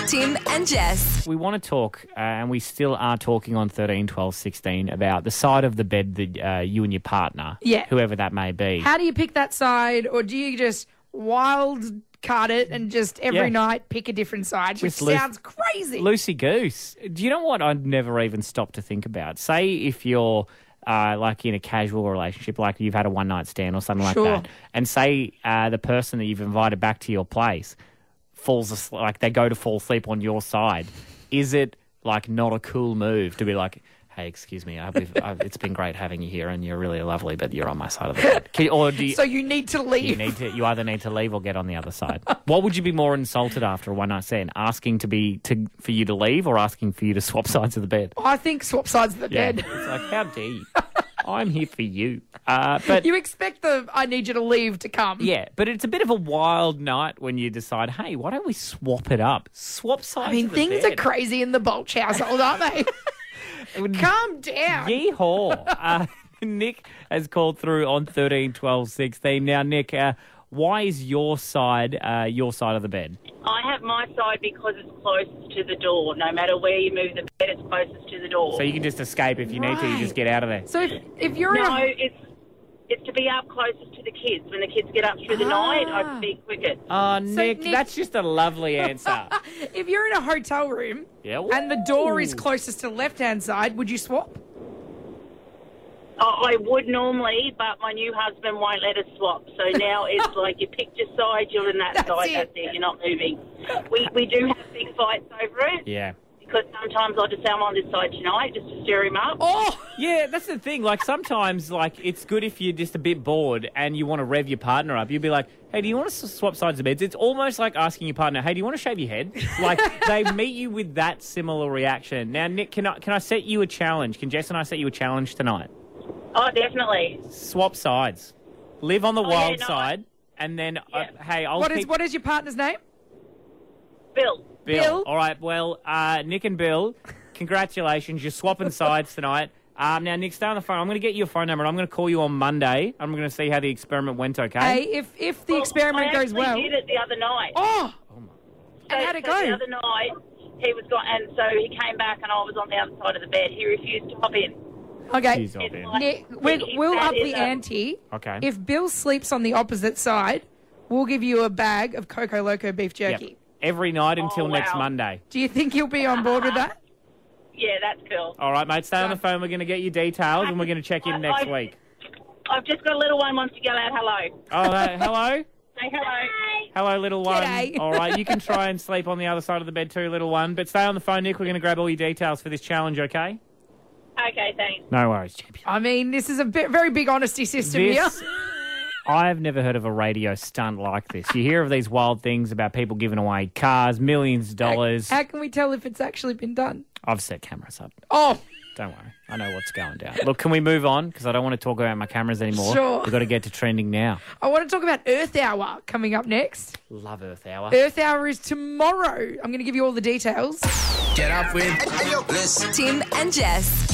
S4: Tim and Jess.
S1: We want to talk, uh, and we still are talking on 13, 12, 16 about the side of the bed that uh, you and your partner,
S2: Yeah.
S1: whoever that may be.
S2: How do you pick that side, or do you just wild card it and just every
S1: Yeah.
S2: night pick a different side? Which
S1: Just loose-
S2: sounds crazy.
S1: Lucy Goose. Do you know what I'd never even stopped to think about? Say if you're uh, like in a casual relationship, like you've had a one night stand or something
S2: Sure.
S1: like that, and say uh, the person that you've invited back to your place falls asleep, like they go to fall asleep on your side. Is it like not a cool move to be like? Hey, excuse me. I, we've, I, it's been great having you here, and you're really lovely, but you're on my side of the bed. Can- Or do you,
S2: so you need to
S1: you
S2: leave.
S1: need to. You either need to leave or get on the other side. what would you be more insulted after a one night stand? Asking to be to for you to leave or asking for you to swap sides of the bed?
S2: I think swap sides of the bed.
S1: it's like how dare you? I'm here for you. Uh, but
S2: You expect the I need you to leave to come.
S1: yeah, but it's a bit of a wild night when you decide, hey, why don't we swap it up? Swap sides.
S2: I mean,
S1: of the
S2: things are
S1: bed.
S2: crazy in the Bolch household, aren't they? Calm down.
S1: Yeehaw. Uh, Nick has called through on 13, 12, 16. Now, Nick, uh, why is your side uh, your side of the bed?
S8: I have my side because it's closest to the door. No matter where you move the bed, it's closest to the door.
S1: So you can just escape if you need to. You just
S2: Right.
S1: get out of there.
S2: So if, if you're
S8: no,
S2: in a,
S8: it's it's to be up closest to the kids. When the kids get up through the
S2: Ah.
S8: night, I speak quicker.
S1: Oh, Nick,
S2: Nick-
S1: that's just a lovely answer.
S2: if you're in a hotel room
S1: yeah.
S2: and the door is
S1: Ooh.
S2: closest to the left hand side, would you swap?
S8: I I would normally, but my new husband won't let us swap. So now it's like you picked your side, you're in that
S2: That's
S8: side.
S2: it.
S8: That's it. You're not moving. We we do have big fights over it
S1: Yeah.
S8: because sometimes I just say I'm on this side tonight just to stir him up.
S2: Oh,
S1: Yeah, that's the thing. Like sometimes, like it's good if you're just a bit bored and you want to rev your partner up. You'd be like, "Hey, do you want to s- swap sides of beds?" It's almost like asking your partner, "Hey, do you want to shave your head?" Like they meet you with that similar reaction. Now, Nick, can I can I set you a challenge? Can Jess and I set you a challenge tonight?
S8: Oh, definitely.
S1: Swap sides, live on the
S8: Oh, yeah,
S1: wild
S8: no, I-
S1: side, and then uh,
S8: Yeah.
S1: hey, I'll
S2: what
S1: keep
S2: is what is your partner's name?
S8: Bill.
S1: Bill.
S2: Bill.
S1: All right. Well, uh, Nick and Bill, congratulations. You're swapping sides tonight. Um, now, Nick, stay on the phone. I'm going to get your phone number. and I'm going to call you on Monday. I'm going to see how the experiment went. Okay.
S2: Hey, if if the experiment
S8: I
S2: goes
S8: actually
S2: well.
S8: did it the other night.
S2: Oh,
S8: So-
S2: and how'd it
S8: so The
S2: go?
S8: other night, he was gone, and so he came back, and I was on the other side of the bed. He refused to hop in.
S2: Okay,
S1: She's up in.
S8: like-
S2: Nick, we'll, we'll
S8: That
S2: up
S8: is
S2: the
S8: a-
S2: ante.
S1: Okay.
S2: If Bill sleeps on the opposite side, we'll give you a bag of Coco Loco beef
S1: Yep.
S2: jerky.
S1: Every night until
S8: Oh,
S1: next
S8: wow.
S1: Monday.
S2: Do you think he'll be on board with that?
S8: Yeah, that's cool.
S1: All right, mate. Stay on the phone. We're going to get your details, and we're going to check in next week.
S8: I've just got a little one wants to yell out hello.
S1: Oh, uh, hello,
S8: Say hello.
S1: hello, little one.
S2: G'day.
S1: All right, you can try and sleep on the other side of the bed too, little one. But stay on the phone, Nick. We're going to grab all your details for this challenge. Okay?
S8: Okay, thanks.
S1: No worries.
S2: I mean, this is a bit, very big honesty system here.
S1: This, I've never heard of a radio stunt like this. You hear of these wild things about people giving away cars, millions of dollars.
S2: How can we tell if it's actually been done?
S1: I've set cameras up.
S2: Oh,
S1: Don't worry. I know what's going down. Look, can we move on? Because I don't want to talk about my cameras anymore.
S2: Sure.
S1: We've got to get to trending now.
S2: I want to talk about Earth Hour coming up next.
S1: Love Earth Hour.
S2: Earth Hour is tomorrow. I'm going to give you all the details.
S3: Get up with
S4: Tim and Jess.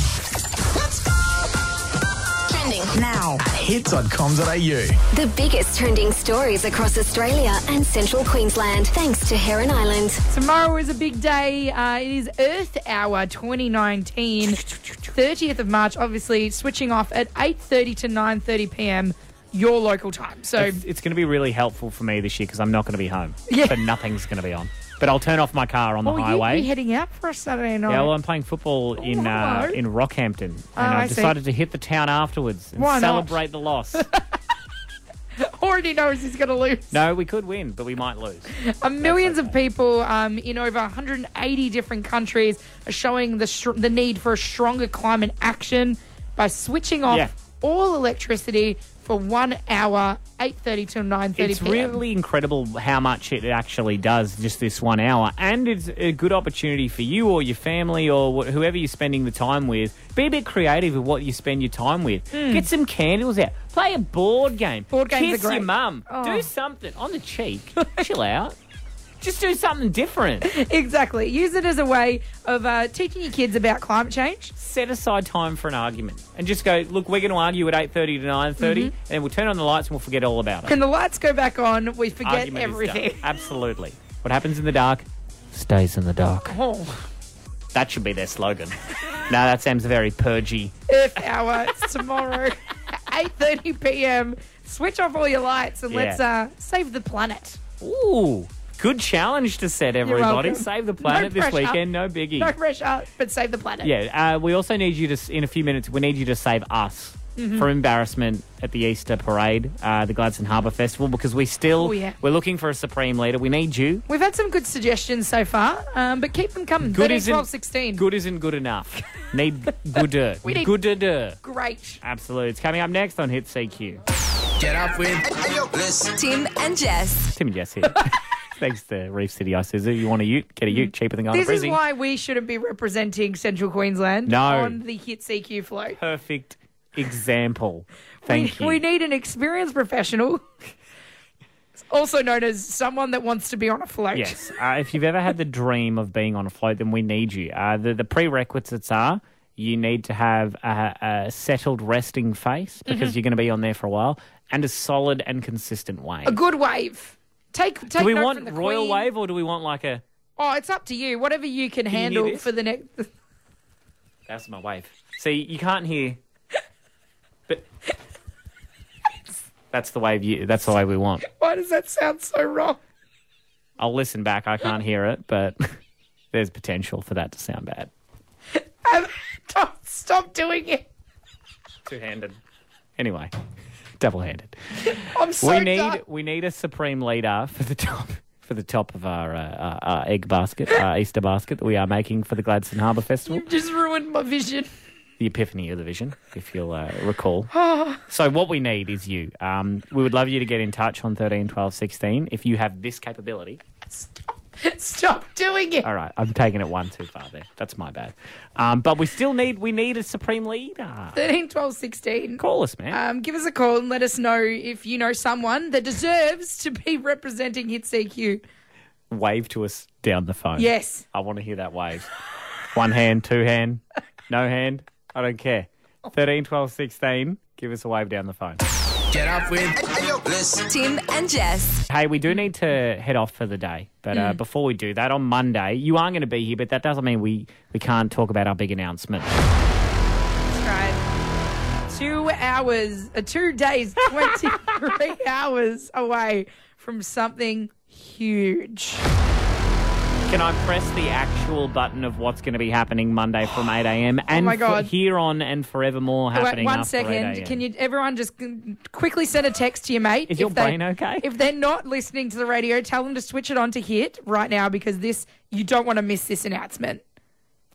S4: Trending.
S3: now at hits.com.au.
S5: The biggest trending stories across Australia and central Queensland, thanks to Heron Island.
S2: Tomorrow is a big day. Uh, it is Earth Hour 2019, 30th of March. Obviously, switching off at 8:30 to 9:30 p.m. your local time. So
S1: It's, it's going to be really helpful for me this year because I'm not going to be home.
S2: Yeah.
S1: But nothing's going to be on. But I'll turn off my car on the
S2: Oh, you'd
S1: highway.
S2: be heading out for a Saturday night.
S1: yeah, well, I'm playing football in uh,
S2: Oh, hello.
S1: in Rockhampton, and
S2: Oh, I
S1: I've
S2: see.
S1: decided to hit the town afterwards and
S2: Why not?
S1: celebrate the loss.
S2: Already knows he's going to lose.
S1: no, we could win, but we might lose.
S2: Uh, millions of people um, in over 180 different countries are showing the str- the need for a stronger climate action by switching off
S1: Yeah.
S2: all electricity for one hour, 8:30 till 9:30
S1: It's
S2: p.m.
S1: really incredible how much it actually does just this one hour, and it's a good opportunity for you or your family or wh- whoever you're spending the time with. Be a bit creative with what you spend your time with. Get some candles out. Play a board game.
S2: Hmm. Board games
S1: Kiss
S2: are great.
S1: your mum.
S2: Oh.
S1: Do something on the cheek. Chill out. Just do something different.
S2: Exactly. Use it as a way of uh, teaching your kids about climate change.
S1: Set aside time for an argument and just go. Look, we're going to argue at eight thirty to nine
S2: Mm-hmm.
S1: and then we'll turn on the lights and we'll forget all about it.
S2: When the lights go back on, we forget
S1: Argument is done.
S2: everything.
S1: Absolutely. What happens in the dark stays in the dark.
S2: Oh,
S1: That should be their slogan. no, that sounds very purgy.
S2: Earth Hour it's tomorrow, eight thirty p.m. Switch off all your lights and
S1: Yeah.
S2: let's uh, save the planet.
S1: Ooh, good challenge to set, everybody.
S2: welcome.
S1: Save the planet
S2: No
S1: this
S2: pressure.
S1: weekend, no biggie.
S2: No pressure, but save the planet.
S1: Yeah, uh, we also need you to, s- in a few minutes, we need you to save us.
S2: Mm-hmm.
S1: For embarrassment at the Easter parade, uh, the Gladstone Harbour Festival, because we still
S2: Oh, yeah.
S1: we're looking for a supreme leader. We need you.
S2: We've had some good suggestions so far, um, but keep them coming.
S1: Good
S2: 13,
S1: isn't
S2: 12, 16.
S1: good isn't good enough. need gooder.
S2: We need-
S1: gooder.
S2: Great.
S1: Absolutely. It's coming up next on Hit CQ.
S3: Get up with
S4: Tim and Jess.
S1: Tim and Jess here. Thanks to Reef City Ice Scissor. You want a ute? Get a ute cheaper than going
S2: This
S1: to
S2: is
S1: Brizzy.
S2: why we shouldn't be representing Central Queensland
S1: No.
S2: on the Hit CQ float.
S1: Perfect example. Thank
S2: we,
S1: you.
S2: we need an experienced professional, also known as someone that wants to be on a float.
S1: yes. Uh, if you've ever had the dream of being on a float, then we need you. Uh, the, the prerequisites are you need to have a, a settled resting face
S2: Mm-hmm.
S1: because you're going to be on there for a while and a solid and consistent wave.
S2: A good wave. Take take
S1: do we
S2: note
S1: want
S2: from the
S1: royal
S2: Queen.
S1: wave or do we want like a.
S2: Oh, it's up to you. Whatever you can,
S1: you
S2: handle
S1: do this?
S2: for the next.
S1: That's my wave. See, you can't hear. But. That's the wave you. That's the wave we want.
S2: Why does that sound so wrong?
S1: I'll listen back. I can't hear it, but there's potential for that to sound bad.
S2: Don't stop doing it.
S1: Two handed. Anyway, double handed.
S2: I'm so
S1: We need
S2: done.
S1: we need a supreme leader for the top for the top of our, uh, our, our egg basket, our Easter basket that we are making for the Gladstone Harbour Festival.
S2: You've just ruined my vision.
S1: the epiphany of the vision, if you'll uh, recall. so what we need is you. Um, we would love you to get in touch on 13, 12, 16 if you have this capability.
S2: Stop doing it.
S1: All right, I'm taking it one too far there. That's my bad. Um, but we still need we need a supreme leader.
S2: 13, 12, 16.
S1: Call us, man.
S2: Um, give us a call and let us know if you know someone that deserves to be representing E Hit CQ.
S1: wave to us down the phone.
S2: Yes.
S1: I want to hear that wave. One hand, two hand, no hand. I don't care. 13, 12, 16. Give us a wave down the phone.
S3: Get up with
S4: Tim and Jess.
S1: Hey, we
S2: Mm-hmm.
S1: do need to head off for the day. But
S2: Mm.
S1: uh, before we do that, on Monday, you are going to be here, but that doesn't mean we, we can't talk about our big announcement.
S2: Right. Two hours, uh, two days, 23 hours away from something huge.
S1: Can I press the actual button of what's going to be happening Monday from 8 a.m. and
S2: Oh my
S1: for-
S2: God.
S1: here on and forevermore
S2: Wait,
S1: happening
S2: one
S1: after 8
S2: second.
S1: a.m.?
S2: Can you, everyone, just quickly send a text to your mate?
S1: Is
S2: if
S1: your
S2: they-
S1: brain okay?
S2: If they're not listening to the radio, tell them to switch it on to hit right now because this, you don't want to miss this announcement.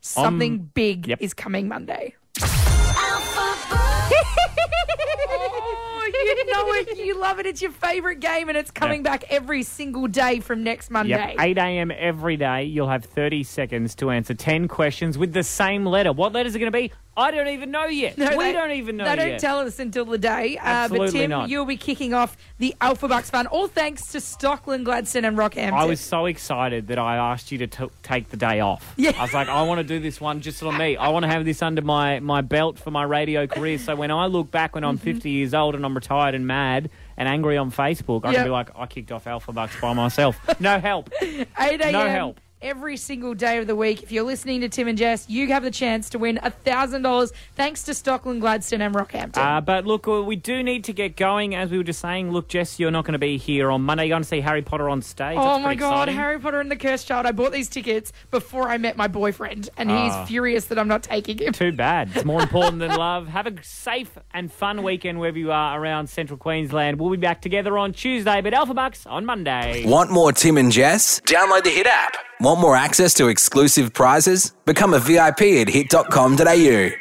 S2: Something big
S1: yep.
S2: is coming Monday. Oh, You know it. You love it. It's your favorite game, and it's coming back every single day from next Monday.
S1: Yep, 8 a.m. every day. You'll have 30 seconds to answer 10 questions with the same letter. What letters are going to be? I don't even know yet.
S2: No,
S1: we
S2: they-
S1: don't even know
S2: They
S1: yet.
S2: don't tell us until the day. Uh, but
S1: Absolutely
S2: Tim,
S1: not.
S2: you'll be kicking off the Alpha Bucks Fund, all thanks to Stockland, Gladstone, and Rockhampton.
S1: I was so excited that I asked you to t- take the day off.
S2: Yeah.
S1: I was like, I want to do this one just on me. I want to have this under my, my belt for my radio career. So when I look back when
S2: Mm-hmm.
S1: I'm 50 years old and I'm retired and mad and angry on Facebook, I
S2: Yep.
S1: can be like, I kicked off Alpha Bucks by myself. No help.
S2: 8 a.m.
S1: No help.
S2: Every single day of the week, if you're listening to Tim and Jess, you have the chance to win $1,000 thanks to Stockland, Gladstone, and Rockhampton.
S1: Uh, but look, uh, we do need to get going. As we were just saying, look, Jess, you're not going to be here on Monday. You're going to see Harry Potter on stage.
S2: Oh
S1: That's
S2: my
S1: pretty
S2: God,
S1: exciting.
S2: Harry Potter and the Cursed Child. I bought these tickets before I met my boyfriend, and
S1: Ah.
S2: he's furious that I'm not taking him.
S1: Too bad. It's more important than love. Have a safe and fun weekend wherever you are around central Queensland. We'll be back together on Tuesday, but Alpha Bucks on Monday.
S3: Want more Tim and Jess? Download the Hit app. Want more access to exclusive prizes? Become a VIP at hit.com.au.